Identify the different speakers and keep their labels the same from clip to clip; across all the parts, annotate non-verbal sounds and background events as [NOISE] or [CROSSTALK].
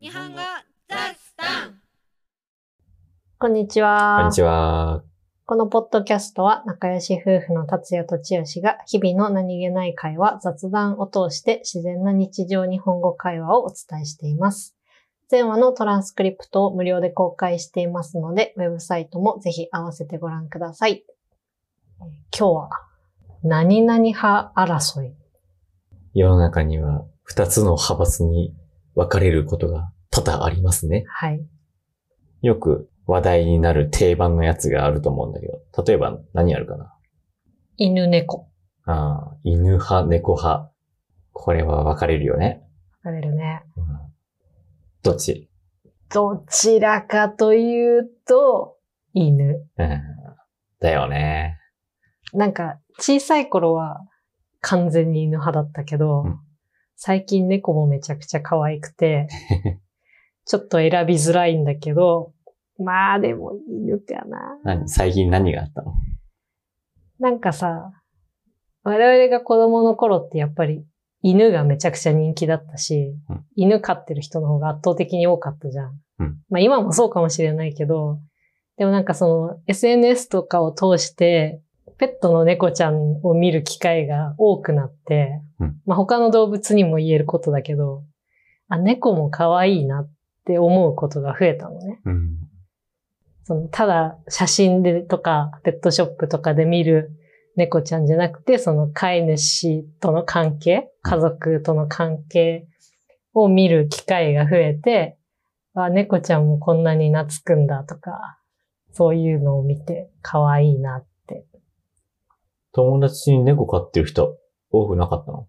Speaker 1: 日本語ザスタン
Speaker 2: こんにちは。
Speaker 3: こんにちは。
Speaker 2: このポッドキャストは仲良し夫婦の達也と千代が日々の何気ない会話、雑談を通して自然な日常日本語会話をお伝えしています。前話のトランスクリプトを無料で公開していますので、ウェブサイトもぜひ合わせてご覧ください。えー今日は、何々派争い。
Speaker 3: 世の中には二つの派閥に分かれることが多々ありますね。
Speaker 2: はい。
Speaker 3: よく話題になる定番のやつがあると思うんだけど、例えば何あるかな
Speaker 2: 犬猫。
Speaker 3: ああ、犬派、猫派。これは分かれるよね。
Speaker 2: わかれるね。
Speaker 3: うん、どっち、
Speaker 2: どちらかというと、犬。
Speaker 3: うん、だよね。
Speaker 2: なんか、小さい頃は完全に犬派だったけど、
Speaker 3: うん
Speaker 2: 最近猫もめちゃくちゃ可愛く
Speaker 3: [LAUGHS]
Speaker 2: て、ちょっと選びづらいんだけど、まあでも犬かな。
Speaker 3: 何最近何があったの
Speaker 2: なんかさ、我々が子供の頃ってやっぱり犬がめちゃくちゃ人気だったし、
Speaker 3: うん
Speaker 2: 犬飼ってる人の方が圧倒的に多かったじゃん。
Speaker 3: うん
Speaker 2: まあ今もそうかもしれないけど、でもなんかその SNS とかを通して、ペットの猫ちゃんを見る機会が多くなって、
Speaker 3: うん
Speaker 2: まあ他の動物にも言えることだけど、あ、猫も可愛いなって思うことが増えたのね。
Speaker 3: うん。
Speaker 2: そのただ写真でとか、ペットショップとかで見る猫ちゃんじゃなくて、その飼い主との関係、家族との関係を見る機会が増えて、あ、猫ちゃんもこんなに懐くんだとか、そういうのを見て可愛いなって、
Speaker 3: 友達に猫飼ってる人多くなかったの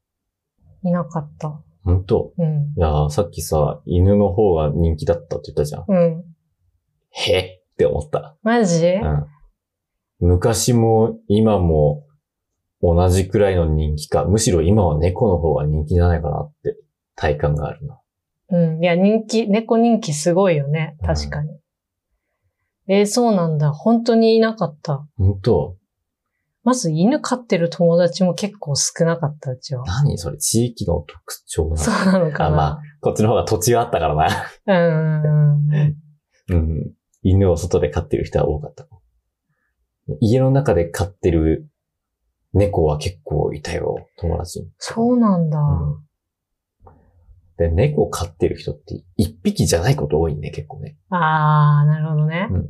Speaker 2: いなかった。
Speaker 3: 本当
Speaker 2: うん。
Speaker 3: いやーさっきさ、犬の方が人気だったって言ったじゃん。
Speaker 2: うん。
Speaker 3: へっって思った。
Speaker 2: マジ、
Speaker 3: うん昔も今も同じくらいの人気か、むしろ今は猫の方が人気じゃないかなって体感があるな。
Speaker 2: うん。いや、人気、猫人気すごいよね。確かに。えーそうなんだ。本当にいなかった。
Speaker 3: 本当
Speaker 2: まず犬飼ってる友達も結構少なかった、うちは。
Speaker 3: 何それ地域の特徴なの
Speaker 2: そうなのか
Speaker 3: あ、まあ
Speaker 2: な。、
Speaker 3: こっちの方が土地があったからな。 [LAUGHS]
Speaker 2: うんうんうん。
Speaker 3: うん。犬を外で飼ってる人は多かった。家の中で飼ってる猫は結構いたよ、友達に。
Speaker 2: そうなんだ。
Speaker 3: うんで、猫飼ってる人って一匹じゃないこと多いね、結構ね。
Speaker 2: あー、なるほどね。
Speaker 3: うん。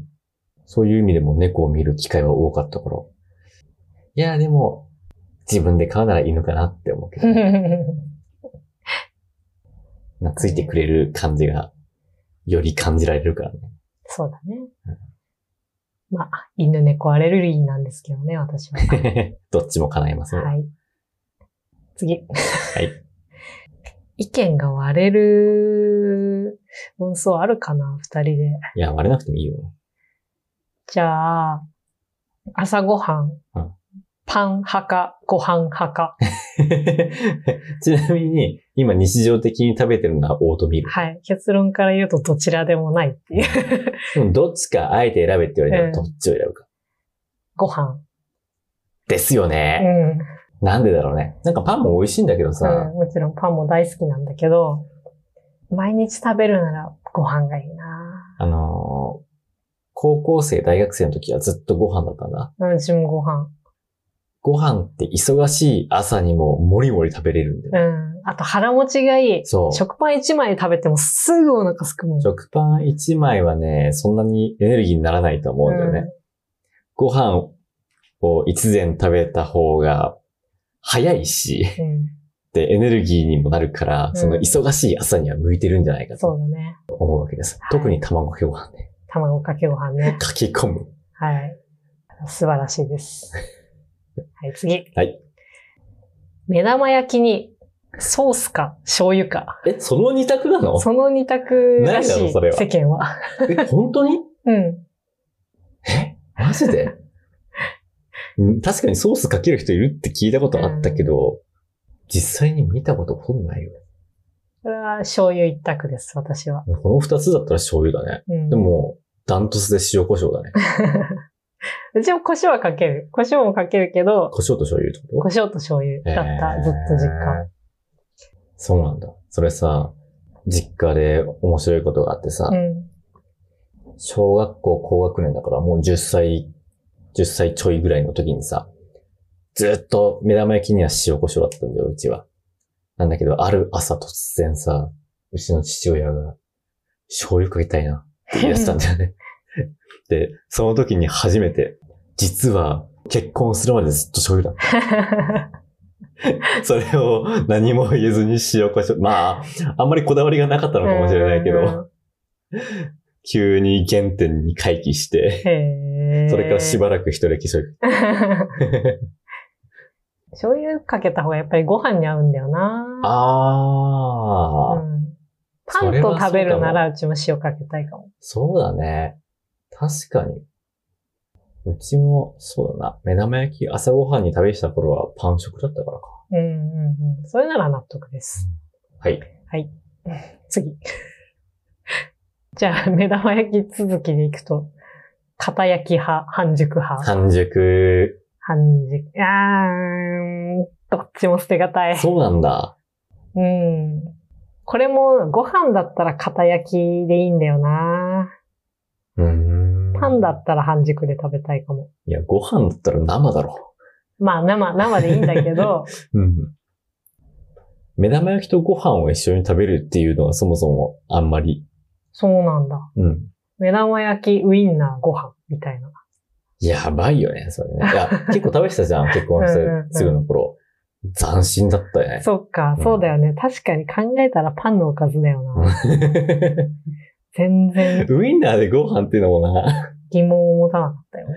Speaker 3: そういう意味でも猫を見る機会は多かったから。いや、でも、自分で飼うなら犬かなって思うけど、なついてくれる感じが、より感じられるからね。
Speaker 2: [LAUGHS] そうだね。まあ、犬猫アレルギーなんですけどね、
Speaker 3: [LAUGHS]
Speaker 2: 私は。は
Speaker 3: どっちも叶えますよ。
Speaker 2: い。次。
Speaker 3: はい。
Speaker 2: [LAUGHS] 意見が割れる論争あるかな、二人で。
Speaker 3: いや、割れなくてもいいよ。 [LAUGHS]
Speaker 2: じゃあ、朝ごはん。
Speaker 3: うん
Speaker 2: パン派か、ご飯派か。
Speaker 3: ちなみに、今日常的に食べてるのはオートミール。
Speaker 2: はい。結論から言うとどちらでもないっていう。
Speaker 3: でもどっちかあえて選べって言われたらどっちを選ぶか。
Speaker 2: ご飯。
Speaker 3: ですよ
Speaker 2: う
Speaker 3: ね。
Speaker 2: ん、
Speaker 3: なんでだろうね。なんかパンも美味しいんだけ
Speaker 2: う
Speaker 3: ど
Speaker 2: ん。
Speaker 3: さ、
Speaker 2: もちろんパンも大好きなんだけど、毎日食べるならご飯がいいな
Speaker 3: あのー高校生、大学生の時はずっとご飯だったんだ。
Speaker 2: うんうちもご飯。
Speaker 3: ご飯って忙しい朝にももりもり食べれるんだよ
Speaker 2: う
Speaker 3: ね。
Speaker 2: ん。あと腹持ちがいい。
Speaker 3: そう。食
Speaker 2: 食パン一枚食べてもすぐお腹すくもん。
Speaker 3: パン1枚はね、そんなにエネルギーにならないと思うんだよね。
Speaker 2: うん
Speaker 3: ご飯を一膳食べた方が早いし、
Speaker 2: うん。
Speaker 3: で、エネルギーにもなるから
Speaker 2: う、ん
Speaker 3: その忙しい朝には向いてるんじゃないか
Speaker 2: そう
Speaker 3: と
Speaker 2: だね。
Speaker 3: 思うわけです。
Speaker 2: はい
Speaker 3: 特に卵かけご飯ね。
Speaker 2: 卵かけご飯ね。
Speaker 3: [LAUGHS] かき込む。
Speaker 2: はい。素晴らしいです。はい、次。
Speaker 3: はい。
Speaker 2: 目玉焼きにソースか醤油か。
Speaker 3: え、その二択なの
Speaker 2: その二択らし
Speaker 3: ないだ
Speaker 2: い、
Speaker 3: ろそれは
Speaker 2: 世間は。
Speaker 3: え、本当に
Speaker 2: うん。
Speaker 3: えマジでうん確かにソースかける人いるって聞いたことあったけど、実際に見たことほとんどないよ。
Speaker 2: これは醤油一択です、私は。
Speaker 3: この二つだったら醤油だね。
Speaker 2: うん、
Speaker 3: で。も、ダントツで塩胡椒だね。
Speaker 2: うちも胡椒はかける。胡椒もかけるけど、
Speaker 3: 胡椒と醤油って
Speaker 2: 胡
Speaker 3: こ
Speaker 2: 椒と醤油
Speaker 3: と
Speaker 2: だった、ずっと実家。
Speaker 3: 家。そうなんだ。それさ、実家で面白いことがあってさ、
Speaker 2: うん。
Speaker 3: 小学校高学年だからもう10歳、10歳ちょいぐらいの時にさ、ずっと目玉焼きには塩胡椒だったんだよ、うちは。なんだけど、ある朝突然さ、うちの父親が、醤油かけたいなって言い出したんだよね。で、その時に初めて、実は結婚するまでずっと醤油だった。それを何も言えずに塩胡椒、まあ、あんまりこだわりがなかったのかもしれないけど、急に原点に回帰して、
Speaker 2: へー
Speaker 3: それからしばらく一人きしょい。
Speaker 2: [LAUGHS] 醤油かけた方がやっぱりご飯に合うんだよな。
Speaker 3: [LAUGHS] あー、
Speaker 2: うんパンと食べるならうちも塩かけたいかも。
Speaker 3: そうだね。確かに。うちも、そうだな。目玉焼き、朝ごはんに食べした頃はパン食だったからか。
Speaker 2: うんうんうん。それなら納得です。
Speaker 3: はい。
Speaker 2: 次。 [LAUGHS] じゃあ、目玉焼き続きでいくと、片焼き派、半熟派。
Speaker 3: 半熟。
Speaker 2: 半熟。あーん、どっちも捨てがたい。
Speaker 3: そうなんだ。
Speaker 2: うん。これもご飯だったら片焼きでいいんだよな。
Speaker 3: うーん。
Speaker 2: パンだ。ったら半熟で食べたいかも。
Speaker 3: いや、ご飯だったら生だろ。
Speaker 2: まあ生、生でいいんだけ
Speaker 3: [LAUGHS]
Speaker 2: ど、
Speaker 3: うん。目玉焼きとご飯を一緒に食べるっていうのはそもそもあんまり。
Speaker 2: そうなんだ。
Speaker 3: うん。
Speaker 2: 目玉焼き、ウインナー、ご飯みたいな。
Speaker 3: やばいよね、それね。いや、
Speaker 2: [LAUGHS]
Speaker 3: 結構食べてたじゃん、結婚して
Speaker 2: うんうんうん
Speaker 3: すぐの頃。斬新だったよね。
Speaker 2: そっか、
Speaker 3: うん
Speaker 2: そうだよね。確かに考えたらパンのおかずだよ
Speaker 3: [LAUGHS]
Speaker 2: な。全然
Speaker 3: ウインナーでご飯っていうのもな。
Speaker 2: 疑問を持たなかったよ。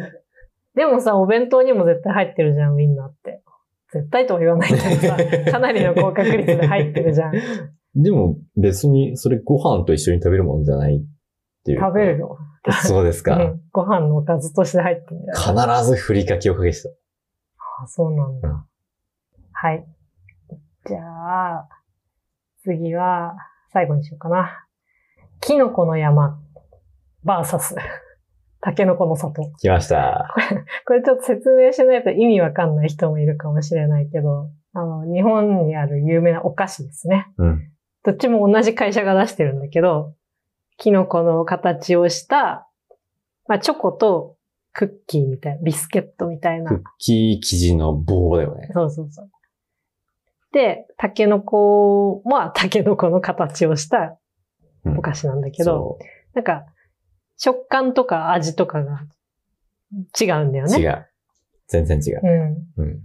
Speaker 2: でもさ、お弁当にも絶対入ってるじゃん、ウインナーって。絶対とは言わないけ
Speaker 3: [LAUGHS]
Speaker 2: どさ、かなりの高確率で入ってるじゃん。
Speaker 3: でも別にそれご飯と一緒に食べるもんじゃないっていう。
Speaker 2: 食べるよ。
Speaker 3: そうです
Speaker 2: う
Speaker 3: か。
Speaker 2: んご飯のおかずとして入ってるんだよ。
Speaker 3: 必ずふりかけをかけてた。
Speaker 2: あ、そうなん
Speaker 3: う
Speaker 2: だ
Speaker 3: ん。
Speaker 2: はい。じゃあ、次は、最後にしようかな。キノコの山、バーサス、タケノコの里。
Speaker 3: 来ました。
Speaker 2: これちょっと説明しないと意味わかんない人もいるかもしれないけど、あの、日本にある有名なお菓子ですね。
Speaker 3: うん。
Speaker 2: どっちも同じ会社が出してるんだけど、キノコの形をした、まあ、チョコとクッキーみたいな、ビスケットみたいな
Speaker 3: クッキー生地の棒だよね。
Speaker 2: そうそうそう。で、タケノコはタケノコの形をした
Speaker 3: うん
Speaker 2: お菓子なんだけど、
Speaker 3: そ
Speaker 2: なんか、食感とか味とかが違うんだよ
Speaker 3: う。違
Speaker 2: ね。
Speaker 3: う。全然違う。
Speaker 2: うん。
Speaker 3: うん。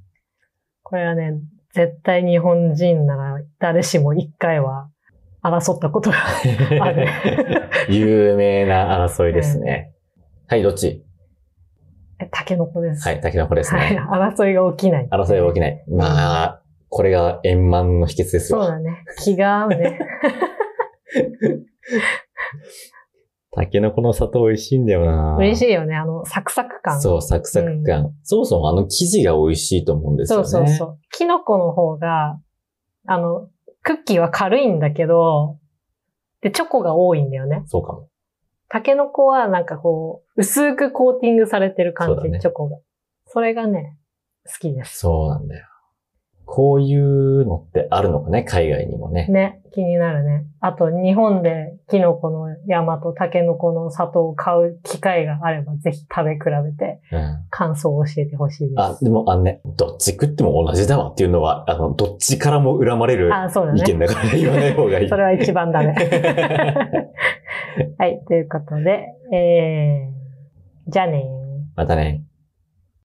Speaker 2: これはね、絶対日本人なら誰しも一回は争ったことが [LAUGHS] ある。
Speaker 3: [LAUGHS] 有名な争いですね。はい、どっち
Speaker 2: えタケノコです。
Speaker 3: はい、タケノコです
Speaker 2: はい
Speaker 3: ね。
Speaker 2: 争いが起きない。
Speaker 3: 争いは起き
Speaker 2: ない。
Speaker 3: ない。まあ、これが円満の秘訣です
Speaker 2: そう
Speaker 3: よ。
Speaker 2: だね。気が合う
Speaker 3: [LAUGHS]
Speaker 2: ね。
Speaker 3: タケノコの砂糖美味しいんだよな
Speaker 2: 嬉し
Speaker 3: い
Speaker 2: いよね。あの、サクサク感。
Speaker 3: そう、サクサク感。そもそもあの生地が美味しいと思うんですよ
Speaker 2: そう
Speaker 3: ね。
Speaker 2: そうそう。キノコの方が、あの、クッキーは軽いんだけど、で、チョコが多いんだよね。
Speaker 3: そうかも。
Speaker 2: タケノコはなんかこう、薄くコーティングされてる感
Speaker 3: そう
Speaker 2: じ、
Speaker 3: だね
Speaker 2: チョコが。それがね、好きです。
Speaker 3: そうなんだよ。こういうのってあるのかね、海外にもね。
Speaker 2: ね、気になるね。あと、日本でキノコの山とタケノコの里を買う機会があれば、ぜひ食べ比べて
Speaker 3: うん。
Speaker 2: 感想を教えてほしいです。
Speaker 3: あ、でもあのね、どっち食っても同じだわっていうのは、あの、どっちからも恨まれる
Speaker 2: あそうだね
Speaker 3: 意見だから言わない方がい
Speaker 2: [LAUGHS]
Speaker 3: い。
Speaker 2: それは一番ダメ。
Speaker 3: [LAUGHS]
Speaker 2: はい、ということで、えー、じゃあねー。
Speaker 3: またね。